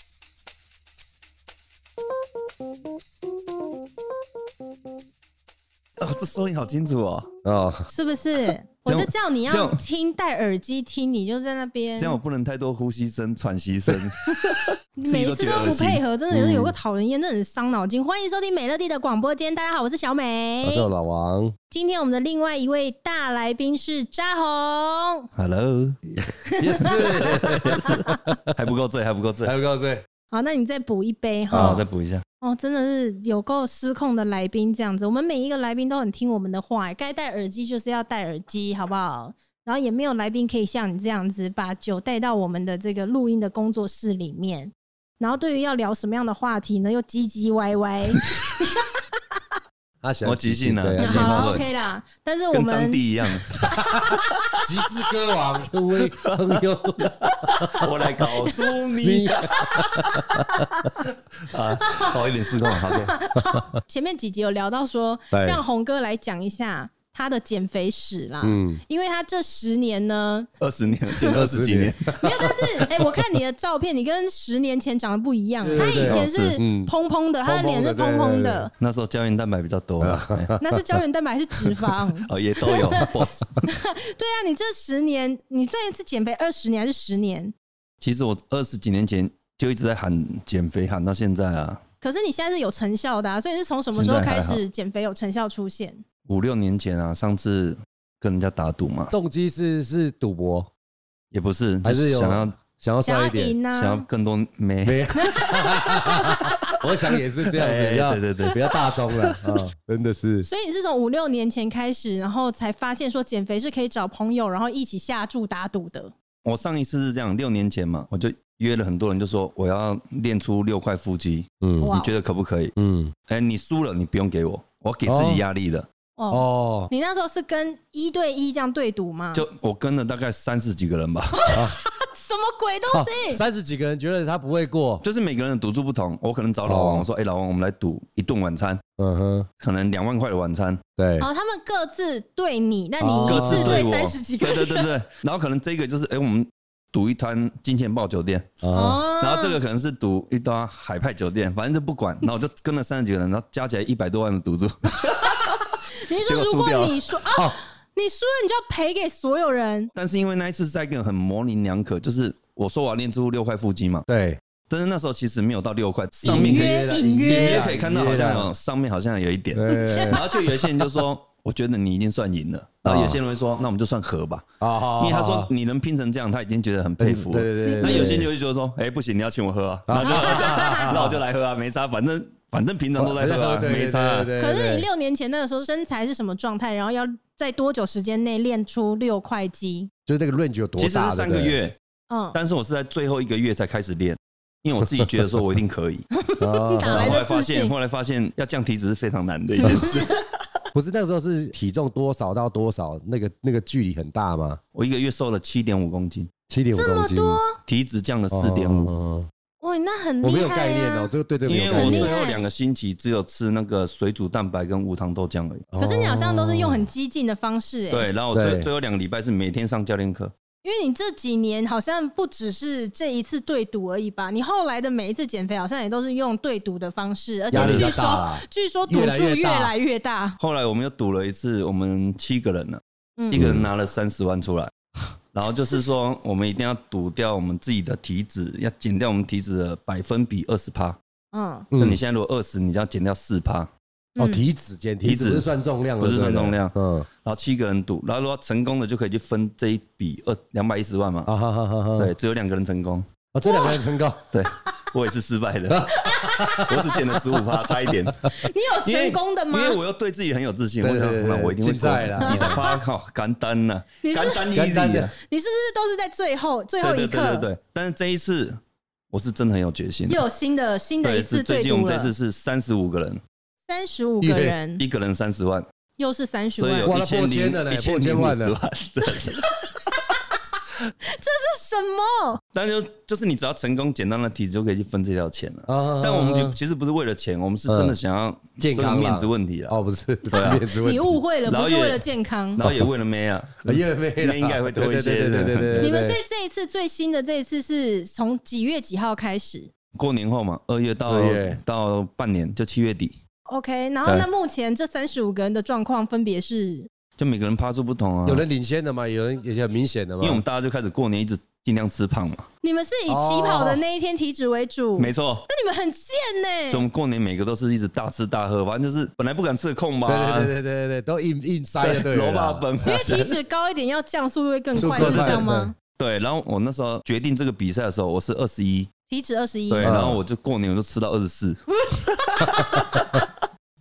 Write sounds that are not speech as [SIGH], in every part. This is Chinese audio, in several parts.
[LAUGHS] 哦，这收音好清楚哦，哦，是不 [LAUGHS] 是？我就叫你这要样听戴耳机听，你就在那边这，样我不能太多呼吸声、喘息声。自每己一都次觉都得恶不心嗯配合，真的是有个讨人厌，真的很伤脑筋。欢迎收听美乐蒂的广播间，大家好，我是小美我。是老王，今天我们的另外一位大来宾是扎红， Hello，也是，还不够醉，还不够醉。 [LAUGHS] 还有告诉你，好，那你再补一杯好，哈我再。补一下。哦，真的是有够失控的来宾这样子，我们每一个来宾都很听我们的话，该戴耳机就是要戴耳机，好不好？然后也没有来宾可以像你这样子把酒带到我们的这个录音的工作室里面。然后对于要聊什么样的话题呢，又唧唧歪歪，他想我即兴啊对那他喜欢好了即兴了，OK 啦。但是我跟们张帝一样，极致歌王的位朋友，我来告诉你 [LAUGHS] 你啊，好一点失控，好的，前面几集有聊到说， [LAUGHS] 对让红哥来讲一下他的减肥史啦。 [LAUGHS] 嗯，因为他这十年呢，二十年减二十几年，没有，但是哎、我看你的照片，你跟十年前长得不一样。啊对他对对以前哦是是嗯蓬蓬的，他的脸是蓬蓬蓬蓬的的，那时候胶原蛋白比较多啊，哎那是胶原蛋白是脂肪。哦，也都有 boss。对啊，你这十年，你最一次减肥二十年还是十年？其实我二十几年前就一直在喊减肥，喊到现在啊，可是你现在是有成效的、啊，所以你是从什么时候现在开还好始减肥有成效出现？五六年前啊，上次跟人家打赌嘛，动机是是赌博，也不是，还就是有想要想要想帅要一点，赢想要啊？更多妹，没有，我想也是这样哎子，要对对对不要大众了啊，真的是，所以你是从五六年前开始，然后才发现说减肥是可以找朋友，然后一起下注打赌的。我上一次是这样，六年前嘛，我就约了很多人，就说我要练出六块腹肌，嗯哇哦你觉得可不可以？嗯，哎、你输了你不用给我，我给自己压力的。哦，哦，你那时候是跟一对一这样对赌吗？就我跟了大概三十几个人 [LAUGHS] 吧，什么鬼东哦西？三十几个人觉得他不会过，就是每个人的赌注不同。我可能找老王，哦我说：“哎、老王，我们来赌一顿晚餐，嗯哼，可能两万块的晚餐，对，哦，他们各自对你，那你哦一各自次对我。三十几个对人对对对。 [LAUGHS] 然后可能这个就是哎、我们赌一摊金钱豹酒店，啊，哦然后这个可能是赌一摊海派酒店，反正就不管。然后我就跟了三十几个人，然后加起来一百多万的赌注。你是结说果如输果掉了你说啊，你输了你就要赔给所有人，但是因为那一次是在一个很模棱两可，就是我说我要练出六块腹肌嘛，对，但是那时候其实没有到六块，上隐面可以约啦隐隐约约啦可以看到好像有上面好像有一点，对然后就有一些人就说。我觉得你已经算赢了，然后有些人会说，那我们就算和吧，啊 [LAUGHS] 因为他说你能拼成这样，他已经觉得很佩服。啊嗯对对对，对那有些人就会觉得说，哎，不行，你要请我喝啊，然后就 [LAUGHS] 那我就来喝啊，没差，反正反正平常都在喝啊，没差啊。可是你六年前那个时候身材是什么状态？然后要在多久时间内练出六块肌？就是那个 range 有多其实大？是三个月，嗯，但是我是在最后一个月才开始练，因为我自己觉得说我一定可以。哦哪然来后后来的发自现，信？后来发现要降体脂是非常难的一件事。不哦是那个时候是体重多少到多少，那个那个距离很大吗？ [LAUGHS] 我一个月瘦了七点五公斤，七点五这公么斤，哦多，体脂降了四点五。五，哇，那很厉我害啊没有概念哦，这个对这个因没为有概我很最厉念。后害两个星期只有吃那个水煮蛋白跟无糖豆浆而已。可是你好像都是用很哦激进的方式、哎，对，然后我最对最后两个礼拜是每天上教练课，因为你这几年好像不只是这一次对赌而已吧？你后来的每一次减肥好像也都是用对赌的方式，而且压力比据较大说啦，据说赌注越来越大越来越大，后来我们又赌了一次，我们七个人呢、嗯一个人拿了三十万出来，然后就是说我们一定要赌掉我们自己的体脂，要减掉我们体脂的百分比二十趴。嗯，那你嗯现在如果二十，你就要减掉四趴，哦，嗯体脂减体体脂脂不是算重量的，不是算对重量嗯，然后七个人赌，然后如果成功的就可以去分这一笔二两百一十万嘛。啊哈哈哈哈，对，，只有两个人成功，哦，这两个人成功， [LAUGHS] 对我也是失败的，我只减了十五趴，差一 [LAUGHS] 点。你有成功的因吗？为我又对自己很有自信，对我想对对不然我一定会竞赛啦了。你才夸靠干单呢， [LAUGHS] 你是干单干单 easy 的啊，你是不是都是在最后最后对一对刻对对对。但是这一次我是真的很有决心啊。又有新的新的一对，次是最对近我赌们这次了？嗯是三十五个人，三十五个人一个人三十万，又是三十所万以，哇有一那千破零千了嘞一千破千零五万十了万。 [LAUGHS] 对，这什么？但就 [LAUGHS] 就是你只要成功简单的体脂就可以去分这条钱了。啊但我们就啊其实不是为了钱，我们是真的想要嗯健康啦这个面子问题啊了，哦，不是，不对啊是面子问你题，误会了，然不后是也为了健康。然后也为了妹 [LAUGHS] 啊。啊因为没了，那应该会多一些对对对对对对对对对你们这这一次最新的这一次是从几月几号开始？过年后嘛，二月到二月到半年就七月底， OK，然后对那目前这三十五个人的状况分别是就每个人趴数不同啊。哦有人领先的嘛，有人也很明显的因嘛。为我们大家就开始过年一直尽量吃胖嘛，你们是以起跑的那一天体脂为主，哦嗯没错。那你们很贱呢、就我们过年每个都是一直大吃大喝，反正就是本来不敢吃的空吧，对对对对对对对，都硬硬塞 [LAUGHS] 的，对啊楼啊了霸啦，本 [LAUGHS] 因为体脂高一点要降速度会更快，速是度这样快对吗？对，然后我那时候决定这个比赛的时候，我是二十一，体脂二十一，对，嗯然后我就过年我就吃到二十四，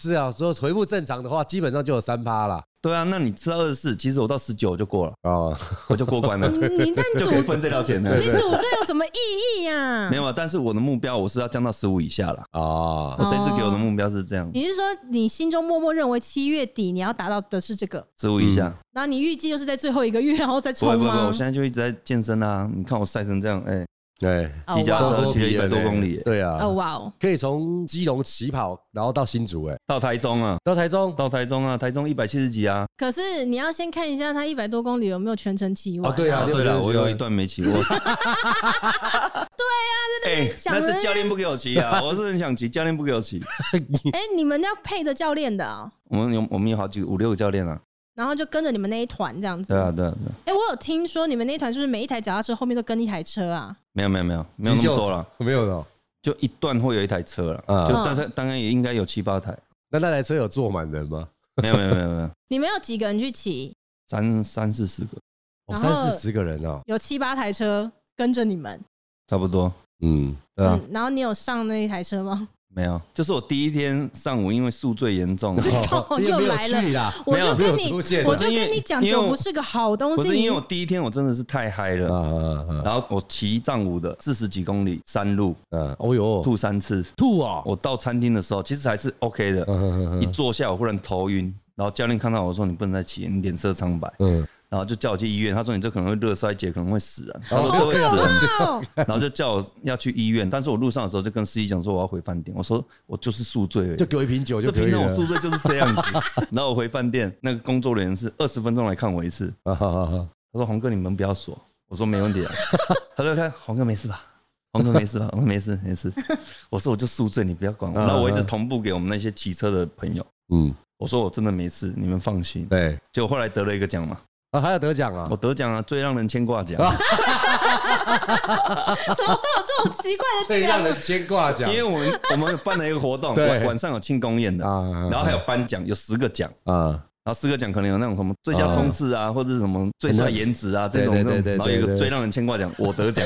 是啊，说回复正常的话，基本上就有三趴啦。对啊，那你吃到二十四，其实我到十九就过了，哦，我就过 [LAUGHS] 关了，你但 [LAUGHS] 就赌可以分这条钱了。你赌这有什么意义呀、没有啊，但是我的目标我是要降到十五以下啦。哦，我这次给我的目标是这样，你是说你心中默默认为七月底你要达到的是这个，十五以下。嗯然后你预计就是在最后一个月然后再不会冲不会，不会吗我？现在就一直在健身啊！你看我晒成这样，哎，对，哦骑脚哇踏哦车骑了一百多公里，对哦啊，哇哦，可以从基隆起跑，然后到新竹，哎，到台中啊，到台中，到台中啊，台中一百七十几啊。可是你要先看一下他一百多公里有没有全程骑完、哦对啊啊，对了， 670我有一段没骑过。对啊，哎，讲那的是教练不给我骑啊，我是很想骑，教练不给我骑。哎、你们要配着教练的、啊，我们有我们有好几个五六个教练啊，然后就跟着你们那一团这样子。对嗯啊对啊对啊，哎、我有听说你们那一团是不是每一台脚踏车后面都跟一台车啊？没有没有没有没有那么多了，，没有的。就一段会有一台车了，嗯就但是当然也应该有七八台，那那台车有坐满人吗？没有没有没有没有，你们有几个人去骑？三三四十个哦，然后三四十个人哦，有七八台车跟着你们。差不多，嗯，对啊，嗯，然后你有上那一台车吗？没有，就是我第一天上午因为宿醉严重，啊哦又没有来了去啦，我没有就跟没有你出现，我就因为跟你讲，因为酒我不是个好东不西。是因为我你第一天我真的是太嗨啊了，啊啊然后我骑藏五的四十几公里山路啊！哦呦，吐三次，吐哦，我到餐厅的时候其实还是 OK 的，嗯一嗯坐下我忽然头晕，然后教练看到我说你不能再骑，你脸色苍白。嗯，然后就叫我去医院，他说你这可能会热衰竭，可能会死人、他说哦这会死人、哦，然后就叫我要去医院。但是我路上的时候就跟司机讲说我要回饭店，我说我就是宿醉而已，就给我一瓶酒就这可平以常了我。宿醉就是这样子。然后我回饭店， [LAUGHS] 那个工作人员是二十分钟来看我一次，啊哈哈哈他说红哥你门不要锁，我说没问题啊。 [LAUGHS] 他说他红哥没事吧？红哥没事吧？我说没事没事。我说我就宿醉，你不要管我。嗯然后我一直同步给我们那些骑车的朋友，嗯，我说我真的没事，你们放心。对结果后来得了一个奖嘛，啊，还有得奖啊我，得奖啊，最让人牵挂奖。怎么会有这种奇怪 [LAUGHS] 的最奖让？人牵挂奖 [LAUGHS] 因为我们我们有办了一个活动，对晚晚上有庆功宴的，啊然后还有颁奖，有十个奖， [LAUGHS] 啊，然后四个奖可能有那种什么最佳冲刺啊，或者是什么最帅颜值啊这种对这对种，对对然后有一对个对最让人牵挂奖，我得 [LAUGHS] 奖，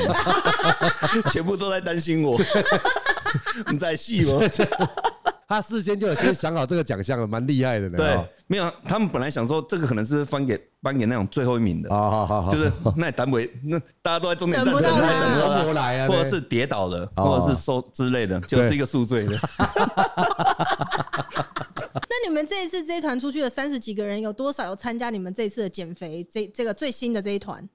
全部都在担心我。你在戏吗？他事先就有先想好这个奖项了，蛮厉害的呢。哦对，没有，他们本来想说这个可能是颁给颁给那种最后一名的，哦好好好啊好，就是那单位，那大家都在终点站等不到等他等都不来啊或者对是跌倒了，哦或者是受之类的，就是一个宿醉的。那你们这一次这一团出去的三十几个人，有多少有参加你们这一次的减肥这这个最新的这一团？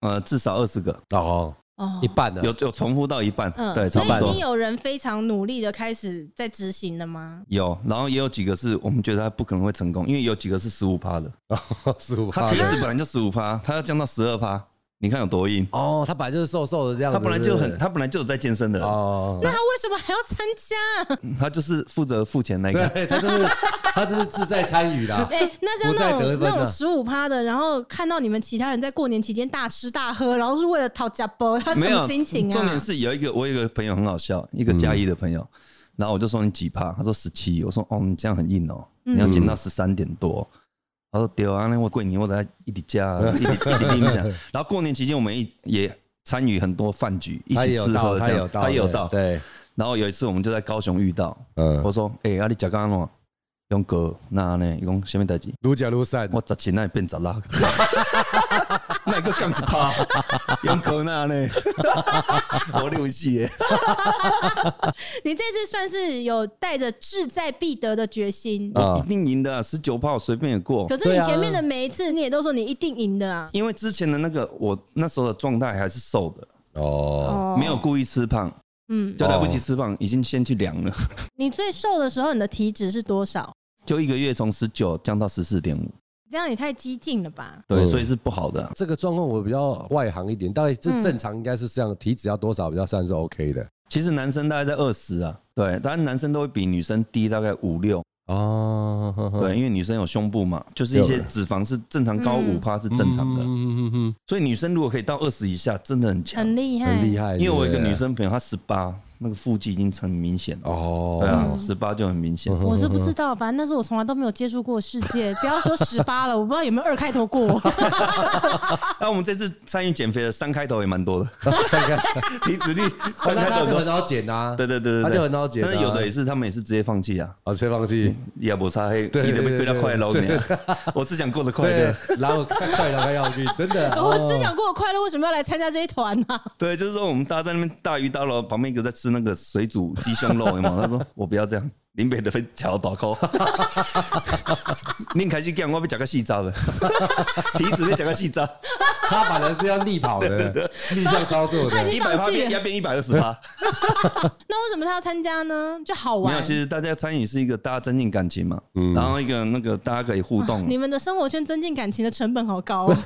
呃，至少二十个，哦，哦一，半呢，有有重复到一半，对，差嗯所以不已多经。有人非常努力的开始在执行了吗？有，然后也有几个是我们觉得他不可能会成功，因为有几个是十五趴的，哦十五他趴体。脂本来就十五趴，他要降到十二趴，你看有多硬。哦，他本来就是瘦瘦的这样子，他本来就很，是他本来就有在健身的不是人，哦，那他为什么还要参加？他就是负责付钱那个。对啊他就是他就是自在参与啦。哎、那像不再那得分种那种啊十五趴的，然后看到你们其他人在过年期间大吃大喝，然后是为了讨价包，他什没有，么心情啊？重点是有一个我有一个朋友很好笑，一嗯个嘉义的朋友，然后我就说你几趴，他说十七，我说哦你这样很硬哦，嗯你要减到十三点多。他说对啊，那我过年我在一起 [LAUGHS] 加，一起一起拎一下。然后过年期间我们一也参与很多饭局， [LAUGHS] 一他起也有吃到，喝他这也有样，到，他也有到，对，然后有一次我们就在高雄遇到，嗯我，说：“哎、欸，啊你食干咯？用哥那呢？伊讲什么代志？如假如散，我十七那变十 [LAUGHS] 六，那个降一趴，用哥那呢？我六死耶！你这次算是有带着志在必得的决心，哦啊我一定赢的、啊，十九趴我随便也过可。是你前面的每一次你也都说你一定赢的啊。因为之前的那个我那时候的状态还是瘦的，哦，哦没有，故意吃胖，嗯，就来不及吃胖，已经先去量了，你最瘦的时候，你的体脂是多少？就一个月从十九降到十四点五，这样也太激进了吧？对，嗯所以是不好的啊、这个状况我比较外行一点，到底这嗯正常应该是这样，体脂要多少比较算是 OK 的？其实男生大概在二十啊，对，当然男生都会比女生低大概五六，哦，呵呵对，因为女生有胸部嘛，就是一些脂肪是正常高五嗯趴是正常的，嗯嗯嗯嗯所以女生如果可以到二十以下，真的啊很强。很厉嗯害，很厉害。因为我有一个对不对女生朋友，她十八，那个腹肌已经很明显了。哦，对啊，嗯十八就很明显。我是不知道，反正那时候我从来都没有接触过世 [LAUGHS] 界，不要说十八了，我不知道有没有二开头过。那啊我们这次参与减肥的三开头也蛮多的， [LAUGHS] 体脂率哦，三 [LAUGHS] 那开他头就很很多。好减啊，对对对对他对，就很好解答但是有的也是，他们也是直接放弃啊，啊，吹放弃，也不差黑，对你得被归到快乐对你 [LAUGHS] 啊。我只想过得快对乐。，然后快快两个要去，真的， [LAUGHS] 我哦只想过我快乐，为什么要来参加这一团呢、对，就是说我们大家在那边大鱼大肉，旁边一个在吃那个水煮鸡胸肉嘛。他说我不要这样，林北的被脚打扣， [LAUGHS] 你开始讲我被讲个细招了， [LAUGHS] 体脂被讲个细招，他反而是要逆跑的，逆向操作 [LAUGHS] 他已的经一百放八弃变要变一百二十八。那为什么他要参加呢？就好没玩有，。其实大家参与是一个大家增进感情嘛，然后一个那个大家可以互动，你们的生活圈增进感情的成本好高、 [LAUGHS] 哦，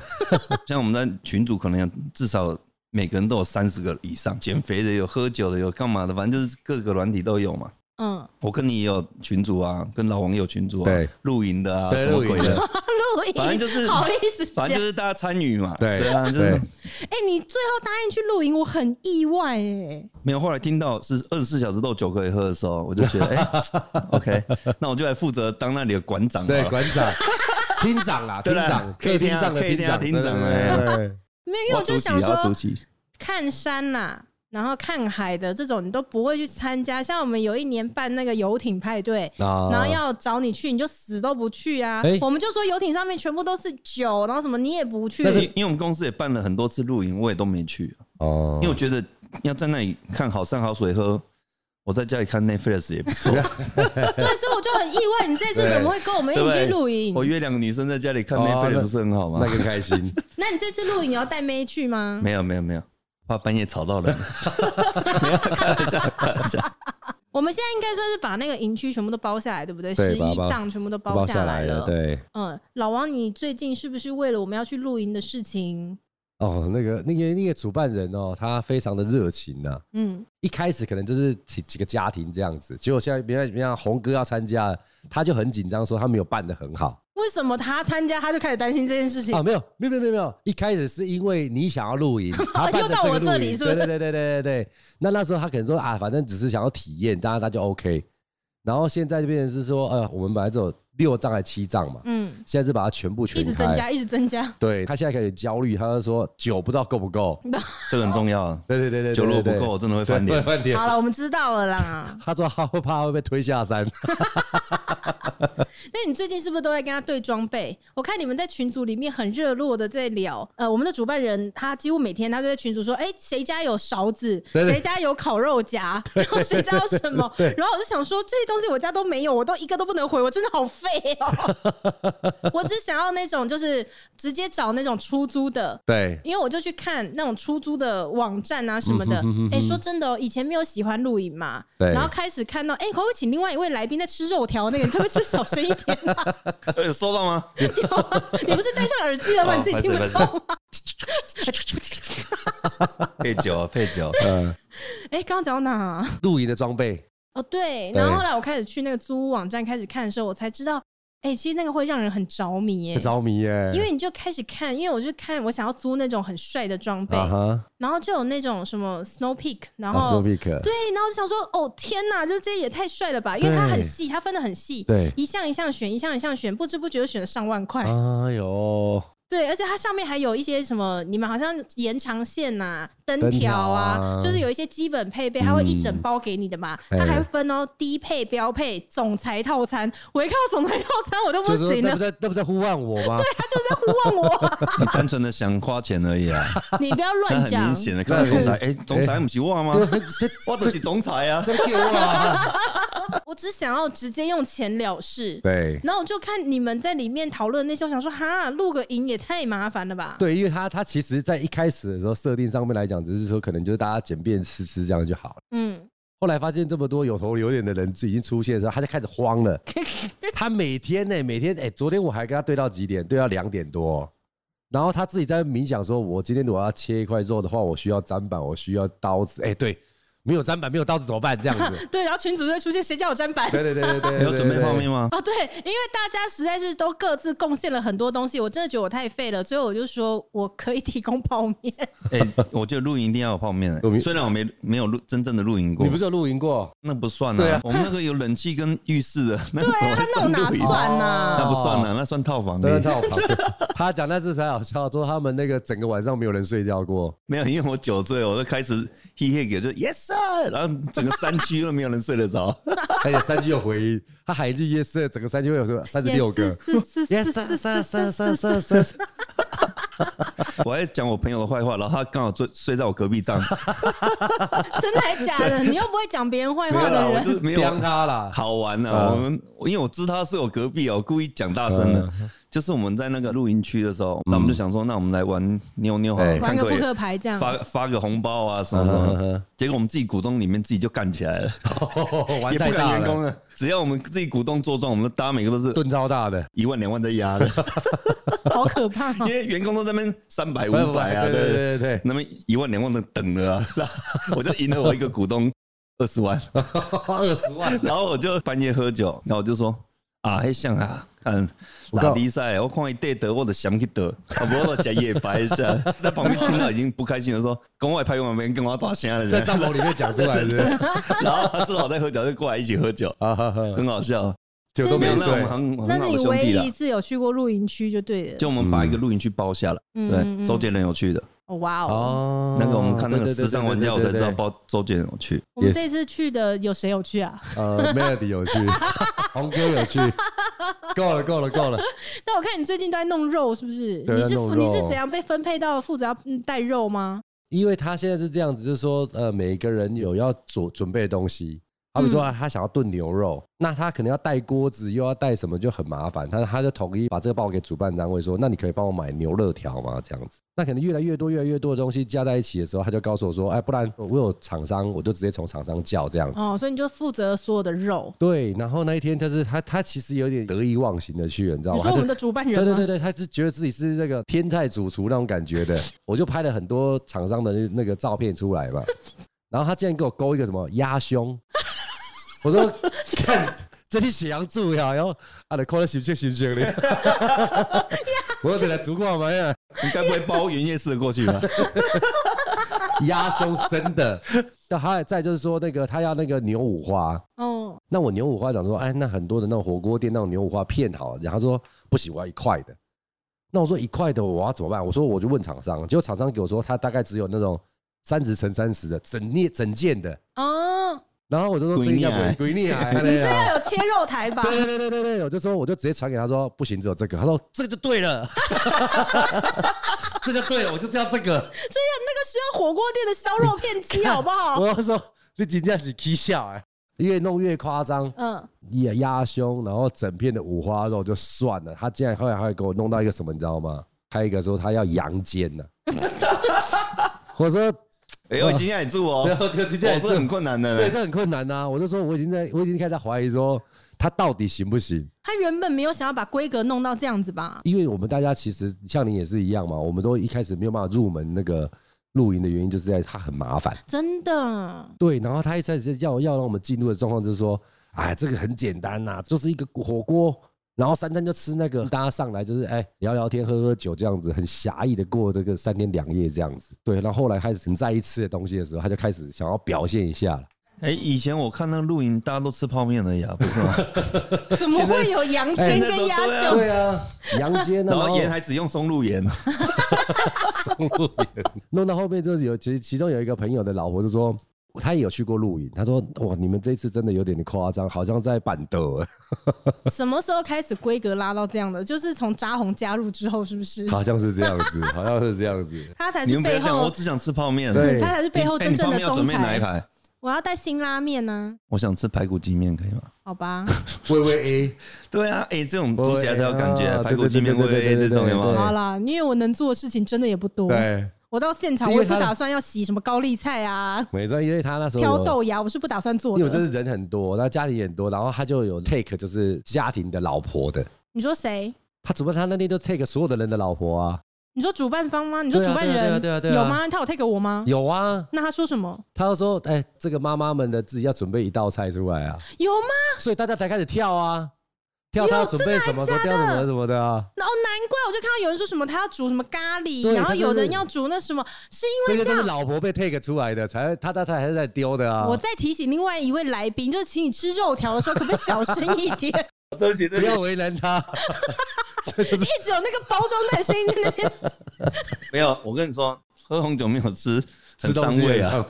像我们在群组可能有至少每个人都有三十个以上，减肥的有，喝酒的有，干嘛的，反正就是各个软体都有嘛。嗯， [LAUGHS] 我跟你也有群组啊，跟老王也有群组啊对，露营的啊，对什么鬼露营的，录影，反正就是好意思讲。反哎、正就是大家参与嘛。对对啊，就是对你最后答应去露营，我很意外哎、没有。后来听到是二十四小时都有酒可以喝的时候，我就 [LAUGHS] 觉得，哎，OK，那我就来负责当那里的馆长好对，了。馆长、厅长啦，厅对啦长，可以厅听啊长的可以厅听啊长，厅长对 [LAUGHS] 对对没有，因为我就主席想啊，主说席，看山啦、然后看海的这种你都不会去参加，像我们有一年办那个游艇派对，啊然后要找你去，你就死都不去啊！哎我们就说游艇上面全部都是酒，然后什么你也不去但，是因 [LAUGHS] 为我们公司也办了很多次露营，我也都没去，哦因为我觉得要在那里看好山好水喝，我在家里看 Netflix 也不错。 [LAUGHS] [LAUGHS] 对，所以我就很意外，你这次怎么会跟我们一对不起对去露营我？约两个女生在家里看哦 Netflix 那不是很好吗那？更开心，那你这次露营你要带妹去吗？没有没有没有，怕半夜吵到人。我们现在应该算是把那个营区全部都包下来，对不对？对十把它一包帐全部都 [LAUGHS] 包包下下来来了，对。嗯，老王，你最近是不是为了我们要去露营的事情？哦，那个那个那个主办人哦，他非常的热情啊呐、嗯，一开始可能就是几几个家庭这样子，结果现在别人别人红哥要参加了，他就很紧张，说他没有办的很好为什么他参加他就开始担心这件事情？啊，没有没有没有没有没有，一开始是因为你想要露营，他办又的到这我个这露里营，是不是对对对对对对对，那那时候他可能说啊，反正只是想要体验，当然他就 OK，然后现在就变成是说，呃，我们本来只有六丈还七丈嘛，嗯，现在是把它全部全一直增开，加，一直增 [LAUGHS] 加。对他现在开始焦虑，他就说酒不知道够不够，这个很重要啊，对对对对，酒肉不对够，我真的会对翻对脸。翻脸好，了，我们知道了啦。他说他会怕会被推下山，那你最近是不是都在跟他对装备？我看你们在群组里面很热络的在聊，呃，我们的主办人他几乎每天他都在群组说，哎、谁家有勺子，对对谁家有烤肉夹，然后谁家有什么，然后我就想说这些东西我家都没有，我都一个都不能回，我真的好废哦、 [LAUGHS] 我只想要那种就是直接找那种出租的。对，因为我就去看那种出租的网站啊什么的，嗯哎、说真的、哦，以前没有喜欢露营嘛，对然后开始看到，哎、可不可以请另外一位来宾在吃肉条那个，你可不可以吃小声一点、啊？ [LAUGHS] 哎有 [LAUGHS] 收到吗？你不是戴上耳机了吗？哦你自己听不好得意思到吗？ [LAUGHS] 配酒啊，配酒。嗯，哎，刚刚讲到哪啊？露营的装备，哦，对对。然后后来我开始去那个租屋网站开始看的时候，我才知道，哎，其实那个会让人很着迷耶很。着迷耶，因为你就开始看，因为我就看我想要租那种很帅的装备，啊哈，啊然后就有那种什么 Snow Peak，然阿斯后诺比克，对，然后就想说，哦天哪，就这些也太帅了吧！因为它对很细，它分的很细，对一项一项选，一项一项选，不知不觉就选了上万块。哎呦，对，而且它上面还有一些什么，你们好像延长线呐、灯灯条条啊，啊就是有一些基本配备，它会一整嗯包给你的嘛。哎它还会分哦，低配、标配、总裁套餐。我一看到总裁套餐，我都不就是说行那啊了不，在那不在呼唤我吗？他就在呼唤我 [LAUGHS] 啊、你单纯的想花钱而已啊，你不要那乱很明讲。显的看到总裁，哎，总裁不是我吗？啊 [LAUGHS] 这我就是总裁啊。这给我 [LAUGHS] 啊，我只想要直接用钱了事。对然后我就看你们在里面讨论那些，我想说，哈，录个影也太麻烦了吧？对，因为他他其实在一开始的时候设定上面来讲，只是说可能就是大家简便吃吃这样就好了。嗯，，后来发现这么多有头有脸的人已经出现的时候，他就开始慌了。他每天呢、每天哎、昨天我还跟他对到几点？对到两点多。然后他自己在冥想说：“我今天如果要切一块肉的话，我需要砧板，我需要刀子。哎，对，没有砧板，没有刀子怎么办？这样子对，然后群主就会出现谁叫我砧板？对对对对对对，你有准备对泡面？吗？ [LAUGHS] 哦，对，因为大家实在是都各自贡献了很多东西，我真的觉得我太废了，所以我就说我可以提供泡面。哎、我觉得露营一定要有泡面、我欸，明虽然我没没有露真正的露营对过，你不是有露营过？那不算对啊啊，我们那个有冷气跟浴室的， [LAUGHS] 那个 [LAUGHS] 对怎么啊，会算那我哪露营？算呢、哦啊那不算啊了，那算套房对，啊的。到我旁边。他讲那次才好笑，说他们那个整个晚上没有人睡觉过。没有，因为我酒醉，我就开始嘿嘿给就 yes sir，然后整个山区都没有人睡得着。 [LAUGHS] 而且三句有回音，他喊一句 yes，sir，整个三句会有什么三十六个是是是 yes，是是是 sir，是 sir，是 sir，是。 sir，sir，sir 我还讲我朋友的坏话，然后他刚好睡睡在我隔壁帐，真的还假的？你又不会讲别人 [LAUGHS] 坏没有话啦，的我人，就是没有啊刁他啦。好玩了、啊我们因为我知道他是我隔壁哦，我故意讲大声的。嗯就是我们在那个露营区的时候，那我们就想说，那我们来哎玩妞妞好了，对看玩个可以扑克牌这样。发发个红包啊什么什嗯嗯么 [LAUGHS] 嗯。结果我们自己股东里面自己就干起来了，玩也太不敢大员工了，了。只要我们自己股东做庄，我们大家每个都是盾超大的，一万两万在压 [LAUGHS] 的，好可怕、 [LAUGHS] 因哦！为员工都在那边三百哎五百啊，对对对对，对对那么一万两万的等了啊， [LAUGHS] 然后我就赢了我一个股东二十万。对， [LAUGHS] 二十万，然后我就半夜喝酒，然后我就说啊，黑象啊，看我告打比赛，我看一对得，我就想去得，啊，不过我假夜白一 [LAUGHS] 下，在旁边听到已经不开心了，说跟外拍完没跟我大声了，在帐篷里面讲出 [LAUGHS] 来的，然后他正好在喝酒，就过来一起喝酒， [LAUGHS] 啊哈哈很好笑，酒都没没有有那种睡，很很那是好的你兄唯弟一啦一。次有去过露营区就对了。就我们把一个露营区包下了，嗯嗯对，嗯周杰伦有去的，哦哇哦！哦那个我们看那个时尚玩家，我才知道包。包周杰伦有去。我们也这次去的有谁有去啊？呃，Melody 有 [LAUGHS] 趣，红哥有趣，够了够了够了，但我看你最近都在弄肉，是不是？对你是在弄肉啊你是怎样被分配到负责要嗯带肉吗？因为他现在是这样子，就是说，呃，每个人有要准准备的东西，好比说嗯啊他想要炖牛肉，那他可能要带锅子，又要带什么，就很麻烦。他他就统一把这个报给主办单位说，那你可以帮我买牛肋条吗？这样子，那可能越来越多、越来越多的东西加在一起的时候，他就告诉我说，哎，不然我有厂商，我就直接从厂商叫这样子。哦，所以你就负责所有的肉。对，然后那一天就是他，他其实有点得意忘形的去了，你知道你吗？说他我就们的主办人对对吗？对对，他是觉得自己是那个天菜主厨那种感觉 [LAUGHS] 的，我就拍了很多厂商的那个照片出 [LAUGHS] 来嘛，然后他竟然给我勾一个什么鸭胸，我 [LAUGHS] 说看这里写洋柱呀，然后啊，你看得行不行行不行 [LAUGHS] 的，我说给他煮哎过没有？你该不会包云夜市过去 [LAUGHS] 吧？鸭胸生 [LAUGHS] 的，那还有再就是说那个他要那个牛五花。哦，那我牛五花讲说，哎，那很多的那种火锅店那种牛五花片好了，然后他说不行，我要一块的。那我说一块的我要怎么办？我说我就问厂商，结果厂商给我说他大概只有那种三十乘三十的整列整件的，哦，然后我就说这应该不会归你啊，对这啊要有切肉台吧？哎对对对对对，我就说我就直接传给他说不行，只有这个，他说这个就对了， [LAUGHS] 这就对了，我就是要这个，那个需要火锅店的烧肉 [LAUGHS] 片机，好不好？我就说你今天是 K 笑哎，越弄越夸张，嗯，也压胸，然后整片的五花肉就算了，他竟然后来还会给我弄到一个什么，你知道吗？开一个说他要羊肩呢、 [LAUGHS] 我说哎，我今天也住哦，然后就今天也哦住这很困难的对，嘞。这很困难呐、我就说我已经在我已经开始在怀疑说他到底行不行，他原本没有想要把规格弄到这样子吧？因为我们大家其实像你也是一样嘛，我们都一开始没有办法入门那个露营的原因就是在它很麻烦。真的，对，然后他一开始要要让我们进入的状况就是说，哎，这个很简单呐、就是一个火锅，然后三餐就吃那个，大家上来就是哎聊聊天、喝喝酒这样子，很狭义的过这个三天两夜这样子。对，然后后来开始很在意吃的东西的时候，他就开始想要表现一下了。哎，以前我看那个露营，大家都吃泡面而已啊，不是吗？怎么会有哎羊肩跟鸭现在胸都？对啊，阳间呢， [LAUGHS] 然然后后盐还只用松露盐，弄到后面就是有，其实其中有一个朋友的老婆就说。他也有去过露营，他说：“哇，你们这次真的有点夸张，好像在板凳。” [LAUGHS] 什么时候开始规格拉到这样的？就是从扎红加入之后，是不是？好像是这样子，好像是这样子。他才你是们不要背这样，我后，只想吃泡面。对嗯他才是背后哎真正的你泡面要总准备哪一裁。排？我要带辛拉面呢，我想吃排骨鸡面，可以吗？好吧？微微 A，对啊，哎，这种煮起来才有感对啊觉，排骨鸡面对对对味对对这种有对吗？好啦，因为我能做的事情真的也不多。对，我到现场因我为也不他的打算要洗什么高丽菜啊、没错，因为他那时候挑有，豆芽，我是不打算做因为我真的。是人很多，然后家里也很多，然后他就有 take 就是家庭的老婆的，你说谁？他只不过他那天就 take 所有的人的老婆啊，你说主办方吗？你说对啊主办对啊对啊人对啊对啊有吗？他有 take 我吗？有啊，那他说什么？他就说，哎、这个妈妈们的自己要准备一道菜出来啊，有吗？所以大家才开始跳啊，跳他要准备什么，说嗯真的还跳什假的么什么的啊，那哦，难怪我就看到有人说什么他要煮什么咖喱，对然后他就是有人要煮那什么，是因这为个这都是样。老婆被 take 出来的，才他他他还是在丢的啊。我再提醒另外一位来宾，就是请你吃肉条的时候，可不可以小声一点？ [LAUGHS] 对不起，对不不起要为难他，一直有那个包装袋声音在那边，没有，我跟你说，喝红酒没有 [LAUGHS] 吃，很吃伤东西胃很 [LAUGHS] 啊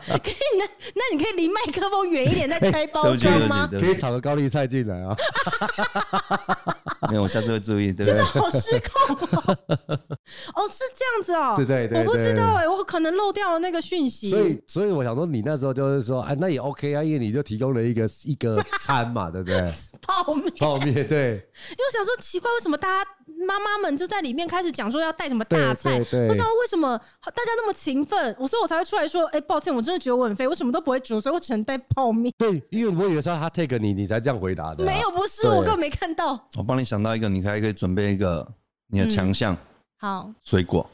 伤。。可以那那你可以离麦克风远一点，再哎拆对包不起，对装不吗起，？对可以不起，炒个高丽菜进来啊。没有，我下次会注意，对不真的对？好失控哦！哦，是这样子哦，对对对我不知对道哎，我可能漏掉了那个讯息。所以，所以我想说，你那时候就是说，哎，那也 OK 啊，因为你就提供了一个一个餐嘛，对不 [LAUGHS] 对？泡面，因泡面，对为我想说奇怪，为什么大家妈妈们就在里面开始讲说要带什么大菜？对对对我想为什么大家那么勤奋，我所以我才会出来说，哎、抱歉，我真的觉得我很废，我什么都不会煮，所以我只能带泡面。对，因为我以为说他 take 你，你才这样回答的啊、没有，不是，对我根本没看到。我帮你想到一个，你还可以准备一个你的强项好水果，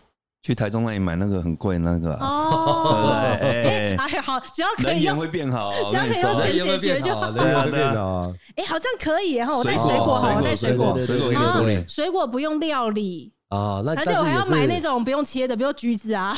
去台中那里买那个很贵的那个啊，对不 [LAUGHS] 哦，对？哎，哎，好，只要可人以缘用，会变好，我这样跟你很有说。钱人缘会变好啊，人缘会变好啊。哎、好像可以耶哈，我带水水果哈，我带水水果果，啊水果对给你对对处对理。水果不用料理。啊，那而且但是我还也要是买那种不用切的，比如橘 [LAUGHS] 子啊，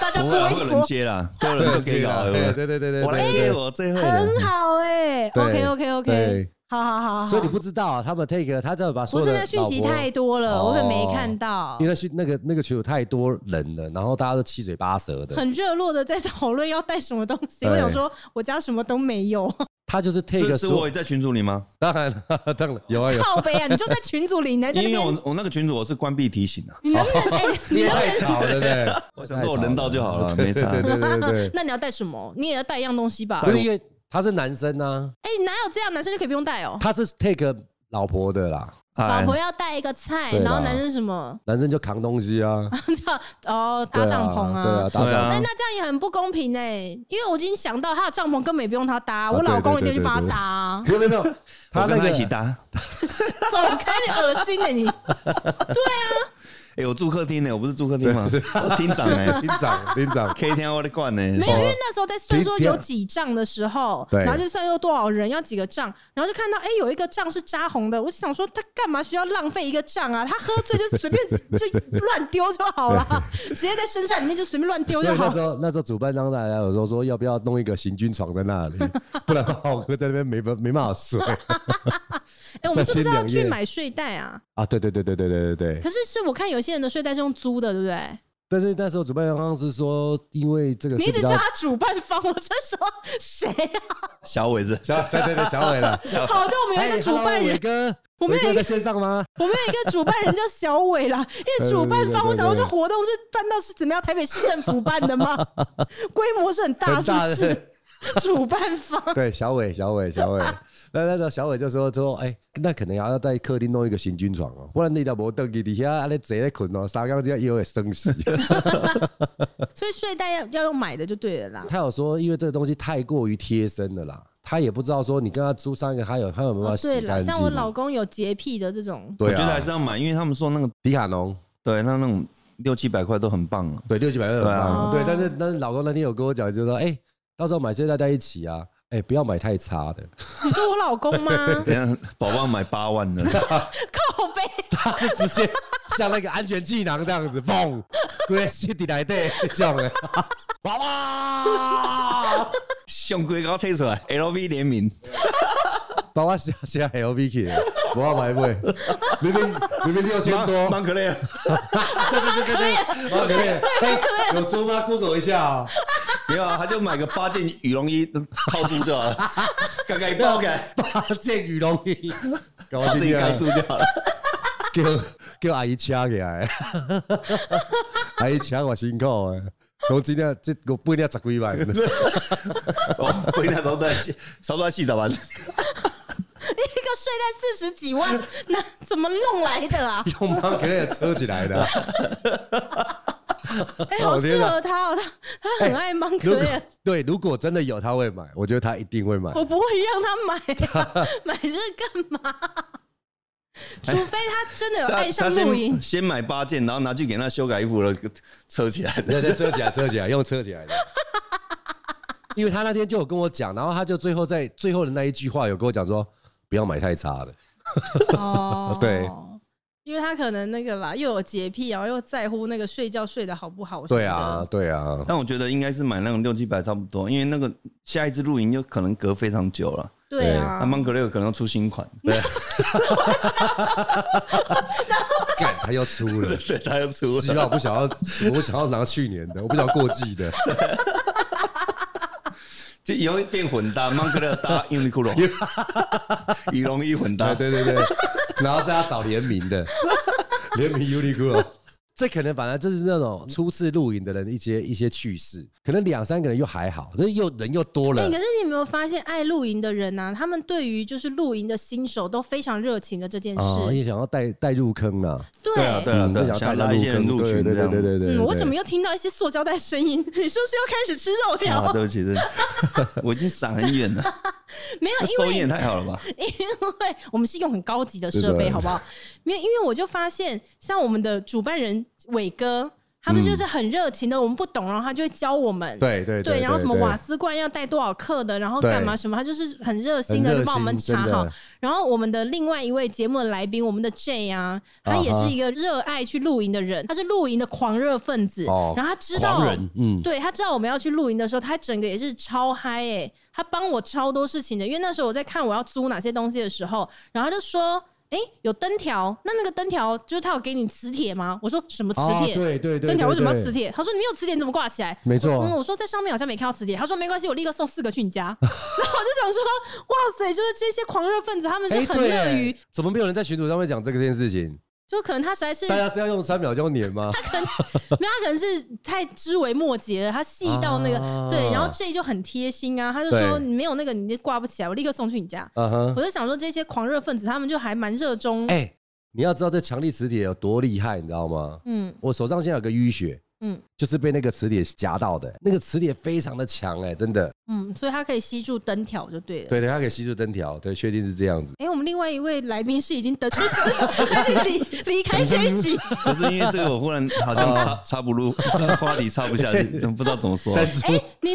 大家不剥会啊会有一人剥，接啦，会有人就给搞了，对对对对对，我来对接我最会的。很好哎、对 OK OK OK，对好好好好。所以你不知道啊他们 take 他就把所不有是的那讯息老婆太多了，哦我可能没看到因为。那群那个那个群有太多人了，然后大家都七嘴八舌的。很热络的在讨论要带什么东西，对我想说我家什么都没有， [LAUGHS] 他就是 take 是是我说也，在群组里吗？ [LAUGHS] 当然了，当然有啊有啊。靠背啊！你就在群组里，你还哎在因那为我 [LAUGHS] 边，我那个群组我是关闭提醒的，你能不能哎？你也太吵了，对不对？我想说我人到就好了，没对差。对对对对对，那你要带什么？你也要带一样东西吧不？是因为他是男生啊，哎，哪有这样？男生就可以不用带哦。他是 take 老婆的啦，哎老婆要带一个菜，对啦然后男生什么？ [LAUGHS] 男生就扛东西啊，哦，搭帐篷对啊，搭对帐啊哎那那这样也很不公平哎，因为我已经想到他的帐篷根本也不用他搭，我对老公一啊对定去对帮他对搭啊。篷，没有没有没有，我那跟他个一起搭。 [LAUGHS] 走开，你恶心 [LAUGHS] 的你！哎，我住客厅呢，我不是住客厅吗？我厅长呢 [LAUGHS] 厅长厅长， ，K 天我的管呢。没有，因为那时候在算说第一有几账的时候，哦对然后就算说多少人要几个账，然后就看到哎、有一个账是扎红的，我就想说他干嘛需要浪费一个账啊？他喝醉就随便 [LAUGHS] 就乱丢就 [LAUGHS] 好了，直接在深山里面就随便乱丢所以就好那时。候那时候主办方大家有时候说要不要弄一个行军床在那里，不然浩哥在那边没办没办法睡哎、我们是不是三天要两夜去买睡袋啊？啊。对对对对对对对对。可是是我看有些人的睡袋是用租的，对不对？但是那时候主办方是说，因为这个你一是直比叫较他主办方， [LAUGHS] 我就说谁啊？小伟子，小对对对小伟了， [LAUGHS] 好，就我们有一个主办人哎伟，哥，我们伟有哥一在个线上吗？我们有一个主办人叫小伟啦，因为主办方，我对对对对对想说这活动是办到是怎么样？台北市政府办的 [LAUGHS] 吗？规模是很大，很是大不是？主办方 [LAUGHS] 对，小伟，小伟，小伟， [LAUGHS] 那那时候小伟就说说，哎、那可能要在客厅弄一个行军床哦，不然你条无凳椅底下那坐在困哦，三更这样又会生死。 [LAUGHS] [LAUGHS] 所以睡袋要要用买的就对了啦。他有说，因为这个东西太过于贴身了啦，他也不知道说你跟他租上一个，他有他有没有哦办法对洗了，干净、像我老公有洁癖的这 [LAUGHS] 种，我对觉得还啊，是要买，因为他们说那个迪卡侬。对，那那种六七百块都很棒了。对，六七百二对啊对，但是但是老公那天有跟我讲，就说，哎、到时候买这大家一起啊，哎、不要买太差的，你说我老公 [LAUGHS] 吗？等一下宝宝买八万 [LAUGHS] 的，靠背，他就直接像那个安全气囊这样子，嘣，对，吸底来对，这样的，哇哇，上贵高推出来，LV 联名，把我写写 LV 去，我要买买，明明明明六千多，芒格勒。对对对，可以，哎有书吗？Google 一下啊， [LAUGHS] 没有啊，他就买个八件羽绒衣套住就好 [LAUGHS] 了，盖盖包啊给八件羽绒衣，搞把我啊自己盖住就好了。叫叫阿姨请起来，阿姨请我辛苦诶，我今天这我半年十几万， [LAUGHS] 我哦回来时候在洗，差不多洗澡完，一个睡袋四十几万，那怎么弄来 [LAUGHS] 的啊？用芒格勒车起来的啊。哎，好我适天哪合他哦，他他很爱芒哎 [LAUGHS] 如格果耶。对，如果真的有，他会买， [LAUGHS] 我觉得他一定会买。 [LAUGHS] 我不会让他买、啊，买这个干嘛？除非他真的有爱哎他啊上露营 [LAUGHS] 先，先买八件，然后拿去给他修改衣服了，扯起来 [LAUGHS] 的。对对，遮起来，遮起来，用遮起来的。因为他那天就有跟我讲，然后他就最后在最后的那一句话有跟我讲说，不要买太差的。哦对，因为他可能那个啦，又有洁癖，然后又在乎那个睡觉睡得好不好。对啊，，对啊，但我觉得应该是买那种六七百差不多，因为那个下一次露营就可能隔非常久了。对啊那。Monk 六可能要出新 [LAUGHS] 款，干他要出了。对，他要出啊希望我不想要，我想要拿去年的，我不想要过季的。就以后会变混搭，Monk 六搭 [LAUGHS] Uniqlo，羽绒衣混搭。对对对对，然后大家找联名的，联名 Uniqlo。这可能反而就是那种初次露营的人一些一些趣事，可能两三个人又还好，就是又人又多了。哎、可是你有没有发现，爱露营的人呢、啊，他们对于就是露营的新手都非常热情的这件事。啊，也想要带带入坑啦，对对啊，对啊，嗯对就啊，想想要拉带一些人入入坑群对这对样。对对对。嗯，对我怎么？又听到一些塑胶袋声音？你是不是又开始吃肉条？啊，对不起，对不起， [LAUGHS] 我已经闪很远了，没有，这因收为音也太好了 [LAUGHS] 吧？因为我们是用很高级的设对备，对好不好？没有，因为我就发现，像我们的主办人伟哥，他们就是很热情的，我们不懂，然后他就会教我们。对对对，然后什么瓦哇，斯罐要带多少克的，然后干嘛对什么，他就是很热很心的热就帮我们心查真的好。然后我们的另外一位节目的来宾，我们的 J 啊，他也啊哈是一个热爱去露营的人，他是露营的狂热分子。哦然后他知道狂，人，嗯，对他知道我们要去露营的时候，他整个也是超嗨哎、他帮我超多事情的，因为那时候我在看我要租哪些东西的时候，然后他就说。哎、有灯条，那那个灯条就是他有给你磁铁吗？我说什么磁哦铁？对对对，灯条为什么要磁铁？铁？他说你没有磁铁你怎么挂起来？没错我说嗯，我说在上面好像没看到磁铁。他说没关系，我立刻送四个去你 [LAUGHS] 家。然后我就想说，哇塞，就是这些狂热分子，他们是哎，很对乐于，耶，怎么没有人在群组上面讲这个件事情？就可能他实在是大家是要用三秒钟黏吗？没有，他可能是太知微末节了，他细到那个、啊对，然后 J 就很贴心啊，他就说对你没有那个你就挂不起来，我立刻送去你家。嗯哼，我就想说这些狂热分子他们就还蛮热衷，哎、你要知道这强力磁铁有多厉害，你知道吗？嗯我手上现在有个淤血，嗯就是被那个磁铁夹到的。那个磁铁非常的强，哎，真的，嗯，所以他可以吸住灯条就对了。对对，它可以吸住灯条，对，确定是这样子。哎、我们另外一位来宾是已经登出是他 [LAUGHS] 已经离离开这一集。不是因为这个，我忽然好哦像插插不入， [LAUGHS] 话题插不下去，真不知道怎么说。哎、你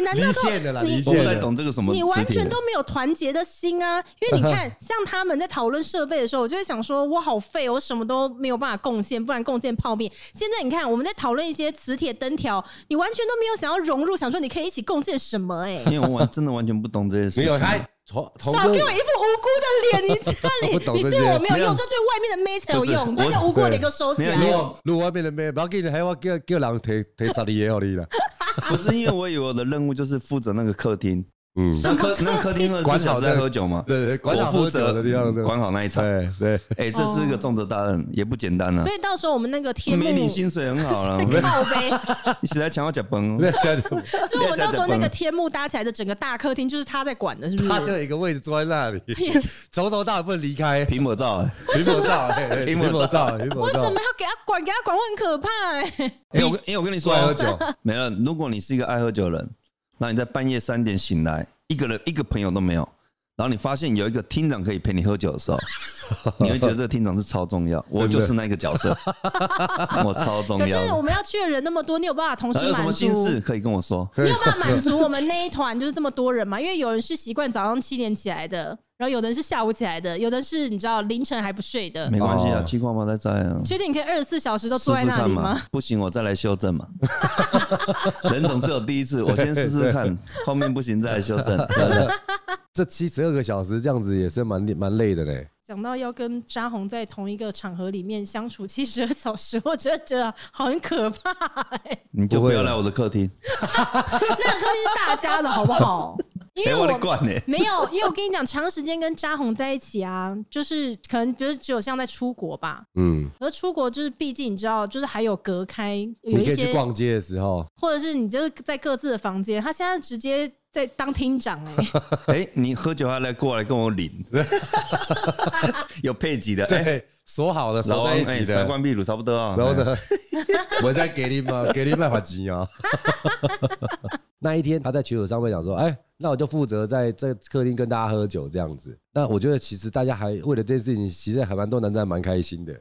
[LAUGHS] 难道离线的啦，离你我不线太的。懂这个什么你完磁铁全都没有团结的心啊！因为你看，像他们在讨论设备的时候，我就会想说，我好废，我什么都没有办法贡献，不然贡献泡面。现在你看，我们在讨论一些磁铁灯条，你完全都没有想要融入，想说你可以一起贡献什么、 [LAUGHS] 欸？哎，因为我完真的完全不懂这些事情。没有，他同同少哥给我一副无辜的脸，你我不这懂里这你对些我没有没有用，这对外面的妹才有不是用，我把那无辜的对脸给我收起没有来因。为录录外面的妹，不要给你，还要叫叫人提提十二个给你了。不是因为我以为我的任务就是负责那个客厅，嗯，那客那客厅二十四小时在喝酒嘛，对对，管我好负喝酒的地方，责管好那一场。对对，哎，这是一个重责大任，也不简单啊哦所。以到时候我们那个天幕没你薪水很好 [LAUGHS] 了，靠呗，你起来抢我脚崩，那这样所以我们到时候那个天幕搭起来的整个大客厅就是他在管的，[LAUGHS] 是不是？他就有一个位置坐在那里，从头到尾不能离开。屏幕照。哎屏幕照，哎屏幕照照，屏幕为什照么，要给他管？给他管会很可怕哎、哎，我跟哎我跟你说不爱喝酒，没了。如果你是一个爱喝酒的人，那你在半夜三点醒来，一个人一个朋友都没有，然后你发现有一个厅长可以陪你喝酒的时候，你会觉得这个厅长是超重要。我就是那个角色，我超重可要是我的。们要去的人那么多，你有办法同时还有什满么心足？事可以跟我说？你有办法满足我们那一团就是这么多人嘛？因为有人是习惯早上七点起来的，然后有的人是下午起来的，有的人是你知道凌晨还不睡的没。关系啊哦，气矿包在在啊。确定你可以二十四小时都试坐在试那看里嘛吗？，不行我再来修正嘛。人总是有第一次，我先试试看，后面不行再来修正。对不对这七十二个小时这样子也是蛮蛮累的嘞。讲到要跟扎红在同一个场合里面相处七十二小时，我真的觉得好很可怕、 [LAUGHS] 欸。你就不不会要啊来我的客厅，那肯定是大家的好不好？ [LAUGHS] 因哎，为我我的罐呢？没有，因为我跟你讲，长时间跟扎红在一起啊，就是可能就是只有像在出国吧，嗯，而出国就是毕竟你知道，就是还有隔开，有你可一以去些逛街的时候，或者是你就是在各自的房间，他现在直接在当厅长哎、[LAUGHS] [LAUGHS] 哎，你喝酒还来过来跟我领， [LAUGHS] 有配给的，哎，对，锁好的，老锁王在一哎，起三的。罐秘鲁差不多啊。然后呢，我 [LAUGHS] 再给你嘛，给你卖法机啊。那一天他在群组上面讲说：“哎，那我就负责在这客厅跟大家喝酒这样子。那我觉得其实大家还为了这件事情，其实还蛮多男生还蛮开心的。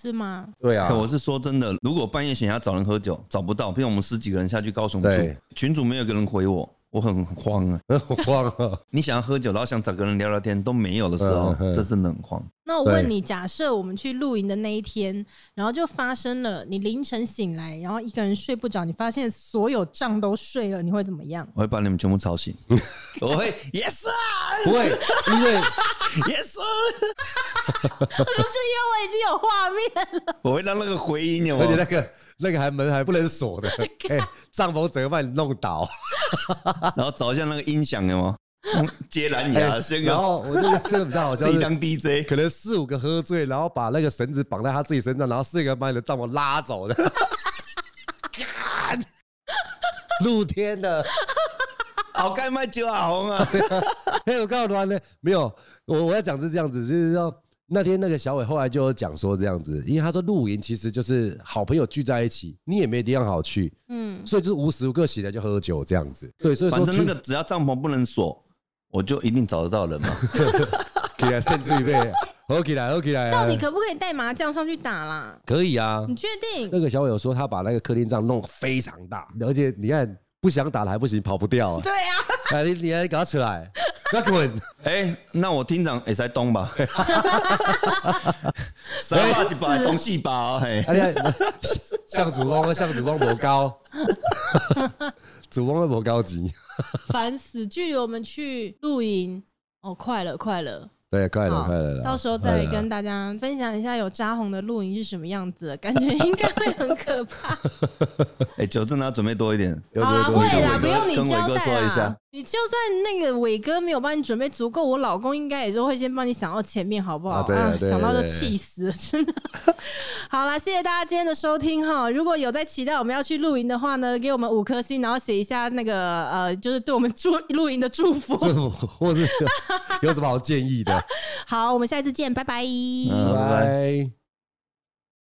是吗？对啊可，我是说真的，如果半夜想要找人喝酒找不到，比如我们十几个人下去高雄住对，群主没有一个人回我，我很慌啊。 [LAUGHS] 我忘 [LAUGHS] 了。你想要喝酒，然后想找个人聊聊天都没有的时候嗯，嗯这真的很慌。那我问对你，假设我们去露营的那一天，然后就发生了，你凌晨醒来，然后一个人睡不着，你发现所有账都睡了，你会怎么 [LAUGHS] 样？我会把你们全部吵 [LAUGHS] 醒，我会 yes 啊不会，[LAUGHS] 因为 yes，啊不是因为我已经有画面，我会让那个回音有没而且有那个那个还门还不能 [LAUGHS] 锁的，哎，帐篷整个把你弄倒。然后找一下那个音响有没有嗯接蓝牙，哎先然个后我觉得这个比较好笑自己是。当 DJ，可能四五个喝醉，然后把那个绳子绑在他自己身上，然后四个人把你的帐篷拉走的，干露天的，好该卖酒啊红啊，哎，我告诉你呢，没有，我我要讲是这样子，就是说那天那个小伟后来就有讲说这样子，因为他说露营其实就是好朋友聚在一起，你也没地方好去，嗯，所以就是无时无刻起来就喝酒这样子，对，所以反说正那个只要帐篷不能锁，我就一定找得到 [LAUGHS] 人嘛。起来甚至于被喝起来喝起来啊，到底可不可以带麻将上去打啦？可以啊，你确定？那个小伟有说他把那个客厅帐弄非常大，而且你看不想打了还不行，跑不掉啊！[LAUGHS] [LAUGHS] 对啊，哎，你你还给他起来，给他滚！哎，那我厅长也在东 [LAUGHS] 吧，三八一百东四吧，哦嘿，哎 [LAUGHS] 呀，向主公啊，向主公魔高， [LAUGHS] 主公会魔高级，烦死！距离我们去露营哦，快了，快了，对，快了好快了啦，到时候再来快了跟啦大家分享一下有扎红的露营是什么样子 [LAUGHS] 的，感觉应该会很可怕。哎，酒真的要准备多一点。 [LAUGHS] 有好啦，有有啊会有啦，跟不用你跟交伟哥代说一啦下。你就算那个伟哥没有帮你准备足够，我老公应该也是会先帮你想到前面，好不好？啊对啊对啊想到就对啊气死了， [LAUGHS] 真的。好啦，谢谢大家今天的收听哈。如果有在期待我们要去露营的话呢，给我们五颗星，然后写一下那个呃，就是对我们祝露营的祝 [LAUGHS] 福。政府或是有什么好建议的？ [LAUGHS] 好，我们下一次见，拜拜。嗯拜拜拜。